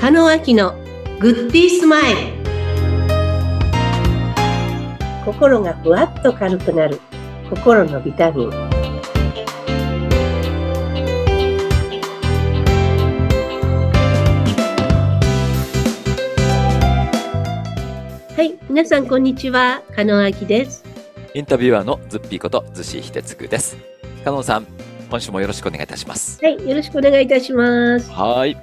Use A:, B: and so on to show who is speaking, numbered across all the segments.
A: 中野明のグッディースマイル心がふわっと軽くなる心のビタミンはい皆さんこんにちは加納明です
B: インタビュアーのズッピーこと逗子秀嗣です。加納さん、今週もよろしくお願いいたします。
A: はいよろしくお願いいたします
B: はい。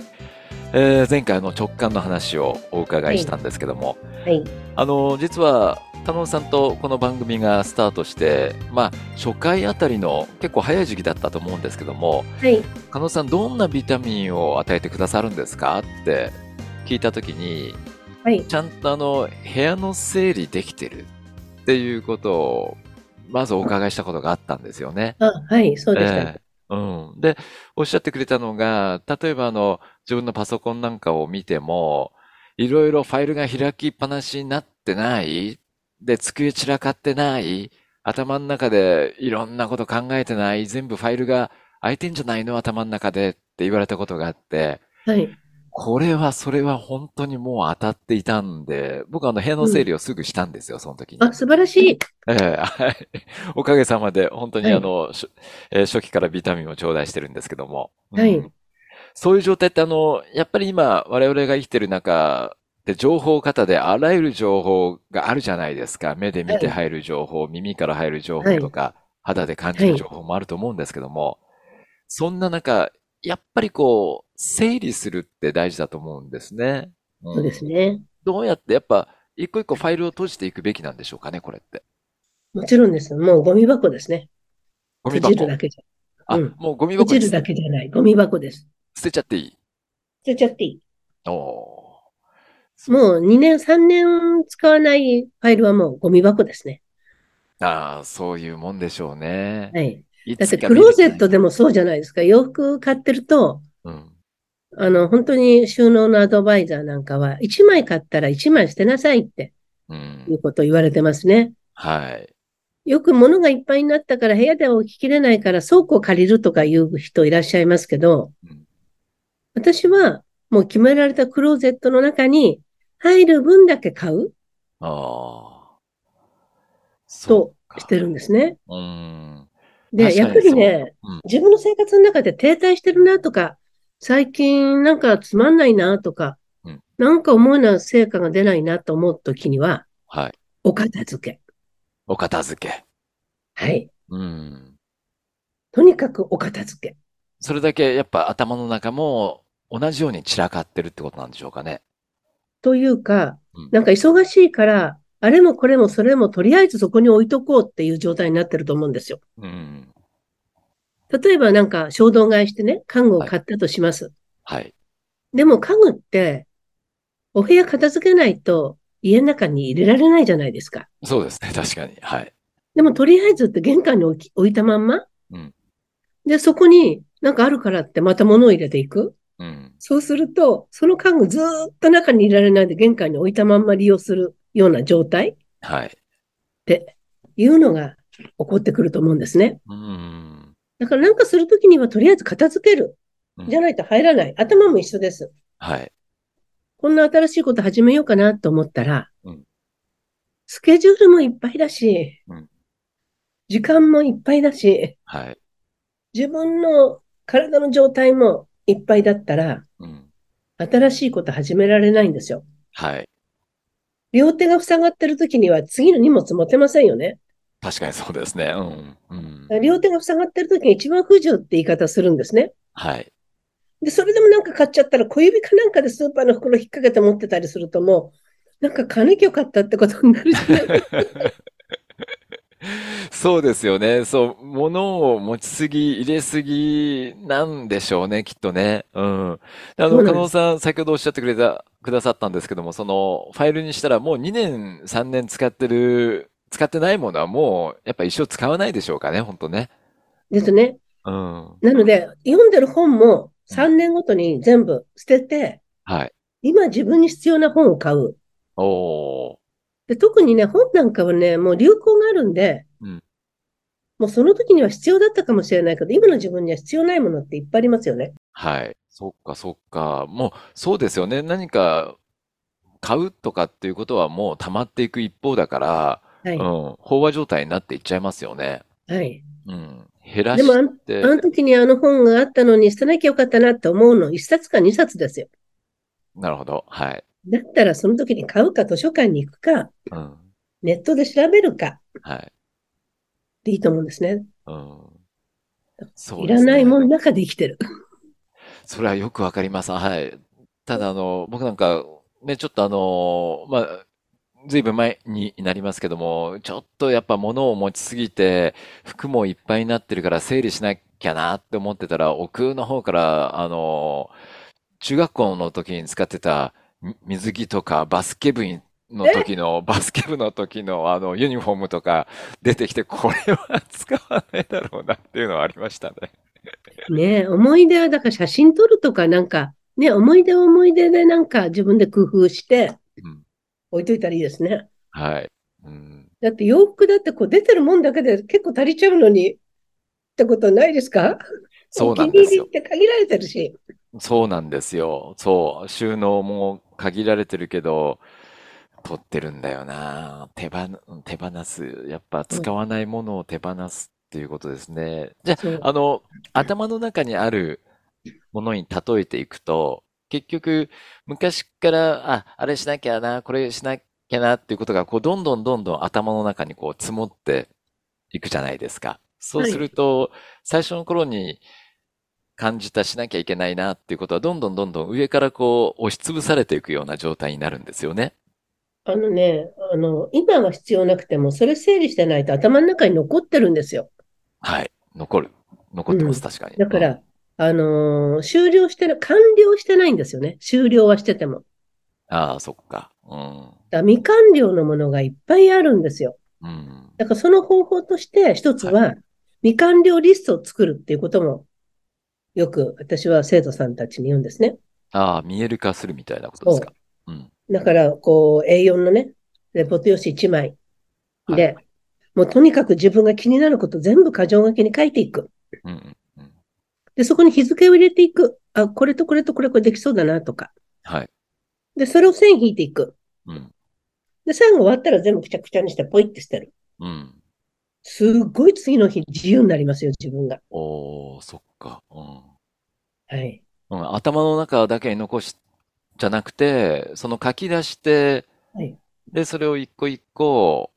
B: えー前回の直感の話をお伺いしたんですけども、
A: はい
B: あの実は加納さんとこの番組がスタートして、まあ初回あたりの結構早い時期だったと思うんですけども、
A: はい
B: 加納さんどんなビタミンを与えてくださるんですかって聞いた時に、
A: はい
B: ちゃんとあの部屋の整理できてるっていうことをまずお伺いしたことがあったんですよね。
A: あはいそうでした、
B: ええうん、でおっしゃってくれたのが例えばあの自分のパソコンなんかを見てもいろいろファイルが開きっぱなしになってないで机散らかってない頭の中でいろんなこと考えてない全部ファイルが空いてんじゃないの頭の中でって言われたことがあって
A: はい
B: これはそれは本当にもう当たっていたんで僕あの部屋の整理をすぐしたんですよ、その時に。
A: あ素晴らしい
B: ええ、はい。おかげさまで、本当に
A: はい
B: あの、しえー初期からビタミンを頂戴してるんですけども。うん
A: はい
B: そういう状態ってあの、やっぱり今、我々が生きてる中で、情報型であらゆる情報があるじゃないですか。目で見て入る情報、耳から入る情報とか、肌で感じる情報もあると思うんですけども、そんな中、やっぱりこう、整理するって大事だと思うんですね。うん
A: そうですね
B: どうやって、やっぱ、一個一個ファイルを閉じていくべきなんでしょうかね、これって。
A: もちろんですもうゴミ箱ですね
B: ゴミ
A: 閉じ
B: 箱
A: る。だけじゃ
B: あ、
A: うん
B: もうゴミ
A: 閉
B: 箱
A: じ
B: に
A: る
B: 捨
A: だけじゃないゴミ箱です
B: てちゃっていい。
A: 捨てちゃっていい
B: おお
A: もう2年、3年使わないファイルはもうゴミ箱ですね。
B: ー。ああ、そういうもんでしょうね。
A: はい。
B: い
A: だっ
B: つ
A: て
B: か
A: クローゼット
B: 見
A: でもそうじゃないですか。洋服買ってると、
B: るうん。
A: あの、本当に収納のアドバイザーなんかは、1枚買ったら1枚捨てなさいって
B: う
A: い
B: ん。
A: うことを言われてますね。
B: はい。
A: よく物がいっぱいになったから部屋では置ききれないから倉庫を借りるとかいう人いらっしゃいますけど
B: うん、
A: 私はもう決められたクローゼットの中に入る分だけ買う
B: ああ。そ
A: と
B: うか
A: してるんですね。
B: うん。
A: で、
B: 確か
A: や
B: に
A: っぱりね
B: そううん、
A: 自分の生活の中で停滞してるなとか、最近なんかつまんないなとか
B: うん、
A: なんか思うな成果が出ないなと思うときには、
B: はい。
A: お片付け。
B: お片付け。
A: はい。
B: うん。
A: とにかくお片付け。
B: それだけやっぱ頭の中も同じように散らかってるってことなんでしょうかね。
A: というか
B: うん、
A: なんか忙しいから、あれもこれもそれもとりあえずそこに置いとこうっていう状態になってると思うんですよ。
B: うん。
A: 例えばなんか衝動買いしてね、家具を買ったとします。
B: はい。
A: でも家具って、お部屋片付けないと家の中に入れられないじゃないですか。
B: そうですね。確かに。はい。
A: でもとりあえずって玄関に置き置いたまんま、
B: うん
A: で、そこになんかあるからってまた物を入れていく。
B: うん。
A: そうすると、その家具ずーっと中にいられないで玄関に置いたまんま利用するような状態っ
B: はい。
A: ていうのが起こってくると思うんですね。
B: うん。
A: だからなんかするときにはとりあえず片付ける
B: う。ん
A: じゃないと入らない。頭も一緒です。
B: はい。
A: こんな新しいこと始めようかなと思ったら
B: うん、
A: スケジュールもいっぱいだし
B: うん、
A: 時間もいっぱいだし、
B: はい。
A: 自分の体の状態もいっぱいだったら、
B: うん。
A: 新しいこと始められないんですよ。
B: はい。
A: 両手が塞がってる時には次の荷物持てませんよね。
B: 確かにそうですね。うん。うん。
A: 両手が塞がってる時に一番不自由って言い方するんですね。
B: はい。
A: で、それでもなんか買っちゃったら小指かなんかでスーパーの袋引っ掛けて持ってたりするともう、なんか金木を買ったってことになるじゃない
B: そうですよね。そう、物を持ちすぎ、入れすぎなんでしょうね、きっとね。うん。であ
A: そう
B: の、
A: なんです
B: 加納さん、先ほどおっしゃってくれた、くださったんですけども、その、ファイルにしたらもう2年、3年使ってる、使ってないものはもう、やっぱ一生使わないでしょうかね、本当ね。
A: ですね。
B: うん。は
A: なので、読んでる本も3年ごとに全部捨てて、
B: い。
A: 今自分に必要な本を買う。
B: おー。
A: で、特にね、本なんかはね、もう流行があるんで、
B: うん
A: もうその時には必要だったかもしれないけど、今の自分には必要ないものっていっぱいありますよね。
B: はい。そっかそっか。もうそうですよね。何か買うとかっていうことはもう溜まっていく一方だから、
A: は
B: う
A: い。
B: ん、飽和状態になっていっちゃいますよね。
A: はい。
B: うん。減ら
A: でも
B: し
A: あん、あ
B: て、
A: の時にあの本があったのに捨てなきゃよかったなって思うの、一冊か二冊ですよ。
B: なるほど。はい。
A: だったらその時に買うか図書館に行くか、
B: うん。
A: ネットで調べるか
B: はい。
A: でいいと思うんですね。
B: うん。そう
A: い
B: で
A: ら
B: す
A: ない
B: ね。
A: ものの中で生きてる。
B: それはよくわかります。はい。ただ、あの、僕なんか、ね、ちょっとあの、まあ、ずいぶん前になりますけども、ちょっとやっぱ物を持ちすぎて、服もいっぱいになってるから整理しなきゃなって思ってたら、奥の方から、あの、中学校の時に使ってたみ水着とかバスケ部員の
A: え
B: 時の、バスケ部の時のあのユニフォームとか出てきて、これは使わないだろうなっていうのはありましたね。
A: ねえ、思い出は、だから写真撮るとか、なんか、ね、思い出は思い出でなんか自分で工夫して
B: うん。
A: 置いといたらいいですね。
B: はい。うん。
A: だって洋服だってこう出てるもんだけで結構足りちゃうのにってことないですかお
B: そう
A: 気
B: なん
A: に
B: で
A: 入
B: す
A: りっ
B: よ。
A: て限られてるし。
B: そうなんですよ。そう。収納も限られてるけど、取ってるんだよな。手放、手放す。やっぱ
A: う
B: 使
A: ん、
B: わないものを手放すっていうことですね。じゃ
A: そ
B: あ、あ
A: う。
B: の、頭の中にあるものに例えていくと、結局、昔から、あ、あれしなきゃな、これしなきゃなっていうことが、こう、どんどんどんどん頭の中にこう、積もっていくじゃないですか。そう
A: は
B: す
A: い。
B: ると、最初の頃に、感じたしなきゃいけないなっていうことはどんどんどんどん上からこう押しつぶされていくような状態になるんですよね。
A: あのね、あの、今は必要なくても、それ整理してないと頭の中に残ってるんですよ。
B: はい。残る。残っ
A: う
B: てます。
A: ん。
B: 確かに。
A: だ
B: う
A: か
B: ん。
A: ら、あのー終了してる、完了してないんですよね。終了はしてても。
B: ああ、そっか。う
A: だ
B: ん。
A: から未完了のものがいっぱいあるんですよ。
B: うん。
A: だからその方法として一つ
B: はい。
A: は未完了リストを作るっていうこともよく私は生徒さんたちに言うんですね。
B: ああ、見える化するみたいなことですか。
A: そ
B: うん。
A: う。だからこう A4 のね、レポート用紙1枚
B: はい。
A: で、もうとにかく自分が気になること全部箇条書きに書いていく。
B: うん。うん。
A: で、そこに日付を入れていく。あ、これとこれとこれこれできそうだなとか。
B: はい。
A: で、それを線引いていく。
B: うん。
A: で、最後終わったら全部くちゃくちゃにしてポイって捨てる。
B: うん。
A: すっごい次の日自由になりますよ、自分が。
B: おー、そっか。うん。
A: はい。
B: うん。頭の中だけに残し、じゃなくて、その書き出して、
A: はい。
B: で、それを一個一個、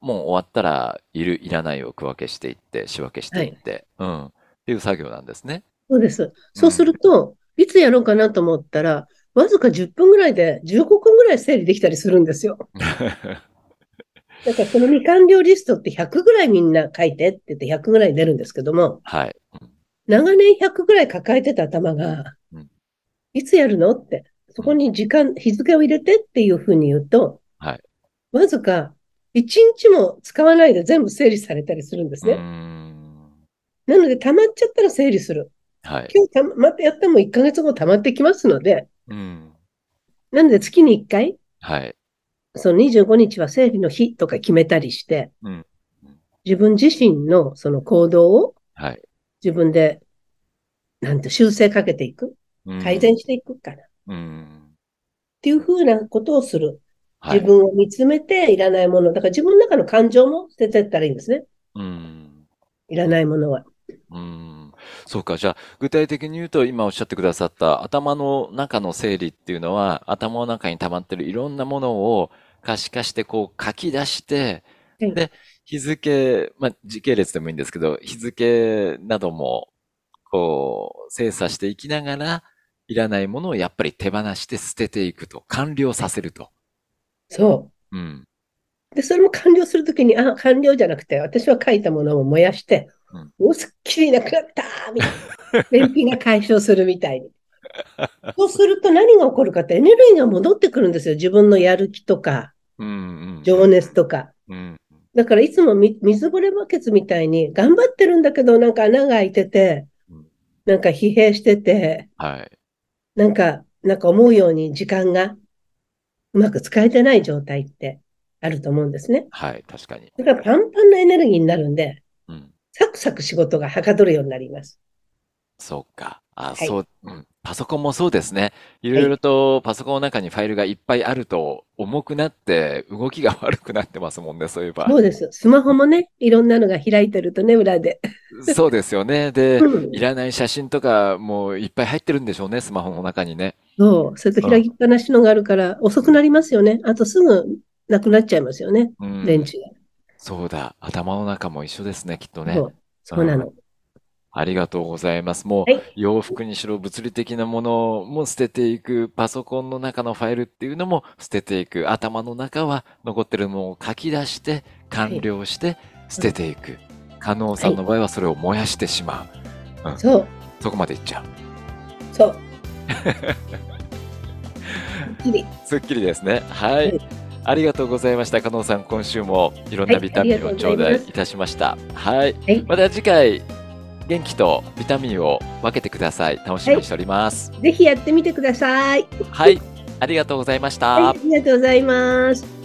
B: もう終わったら、いる、いらないを区分けしていって、仕分けして
A: はい
B: っ
A: い。
B: て、うん。っていう作業なんですね。
A: そうです。
B: う
A: そうす
B: ん。
A: ると、いつやろうかなと思ったら、わずか10分ぐらいで15分ぐらい整理できたりするんですよ。だからその未完了リストって100ぐらいみんな書いてって言って100ぐらい出るんですけども、
B: はい。うん
A: 長年100ぐらい抱えてた頭が、
B: うん
A: いつやるのって、そうこ
B: ん
A: に時間、日付を入れてっていうふうに言うと、
B: はい。
A: わずか1日も使わないで全部整理されたりするんです
B: うー
A: ね。
B: ん。
A: なので溜まっちゃったら整理する。
B: はい。
A: 今日たままたやっても1ヶ月後溜まってきますので、
B: うん。
A: なので月に1回、
B: はい。
A: その25日は生理の日とか決めたりして、
B: うん。うん
A: 自分自身のその行動を
B: はい。
A: 自分で、なんて修正かけていく。
B: う
A: 改善
B: ん。
A: していくから。っ
B: うん。
A: ていうふうなことをする。
B: は
A: 自
B: い。
A: 分を見つめていらないもの。だから自分の中の感情も捨てていったらいいんですね。
B: うん。
A: いらないものは。
B: うん。そうか。じゃあ、具体的に言うと、今おっしゃってくださった頭の中の整理っていうのは、頭の中に溜まってるいろんなものを可視化して、こう書き出して、
A: はい。
B: で、日付、まあ、時系列でもいいんですけど、日付なども、こう、精査していきながら、いらないものをやっぱり手放して捨てていくと、完了させると。
A: そ
B: うん。
A: う。で、それも完了するときに、あ、完了じゃなくて、私は書いたものを燃やして、
B: うん。
A: お、すっきりなくなったーみたいな。便秘が解消するみたいに。そうすると何が起こるかってエネルギーが戻ってくるんですよ。自分のやる気とか、
B: うんうん
A: 情熱とか。
B: うん。うん。
A: だからいつもみ水漏れバケツみたいに頑張ってるんだけど、なんか穴が開いてて、
B: うん
A: なんか疲弊してて、
B: はい。
A: なんか、なんか思うように時間がうまく使えてない状態ってあると思うんですね。
B: はい。確かに。
A: だからパンパンなエネルギーになるんで、
B: うん。
A: サクサク仕事がはかどるようになります。
B: そうか。
A: は
B: あ、
A: い
B: そう、うん。パソコンもそうですね。いろいろとパソコンの中にファイルがいっぱいあると重くなって動きが悪くなってますもんね、そういえば。
A: そうです。スマホもね、いろんなのが開いてるとね、裏で。
B: そうですよね。で、
A: うん
B: いらない写真とかもういっぱい入ってるんでしょうね、スマホの中にね。
A: そう。それと開きっぱなしのがあるから、遅くなりますよね。あとすぐなくなっちゃいますよね、
B: うん。
A: 電池が。
B: そうだ。頭の中も一緒ですね、きっとね。
A: そう。そうな
B: う
A: の。
B: ありがとうございます。
A: は
B: もう
A: い
B: 洋服にしろ物理的なものも捨てていく、パソコンの中のファイルっていうのも捨てていく、頭の中は残ってるものを書き出して、完了して捨てていく。加納さんの場合はそれを燃やしてしまう。
A: そう。
B: そこまでいっちゃう。
A: そう。きり
B: すっきりですね。は
A: はい
B: い。ありがとうございました。加納さん、今週もいろんなビタミンを頂戴いたしました。はい
A: はい。
B: また次回、元気とビタミンを分けてください。楽しみにしております。
A: ぜひやってみてください。
B: はい、ありがとうございました。
A: はい、ありがとうございます。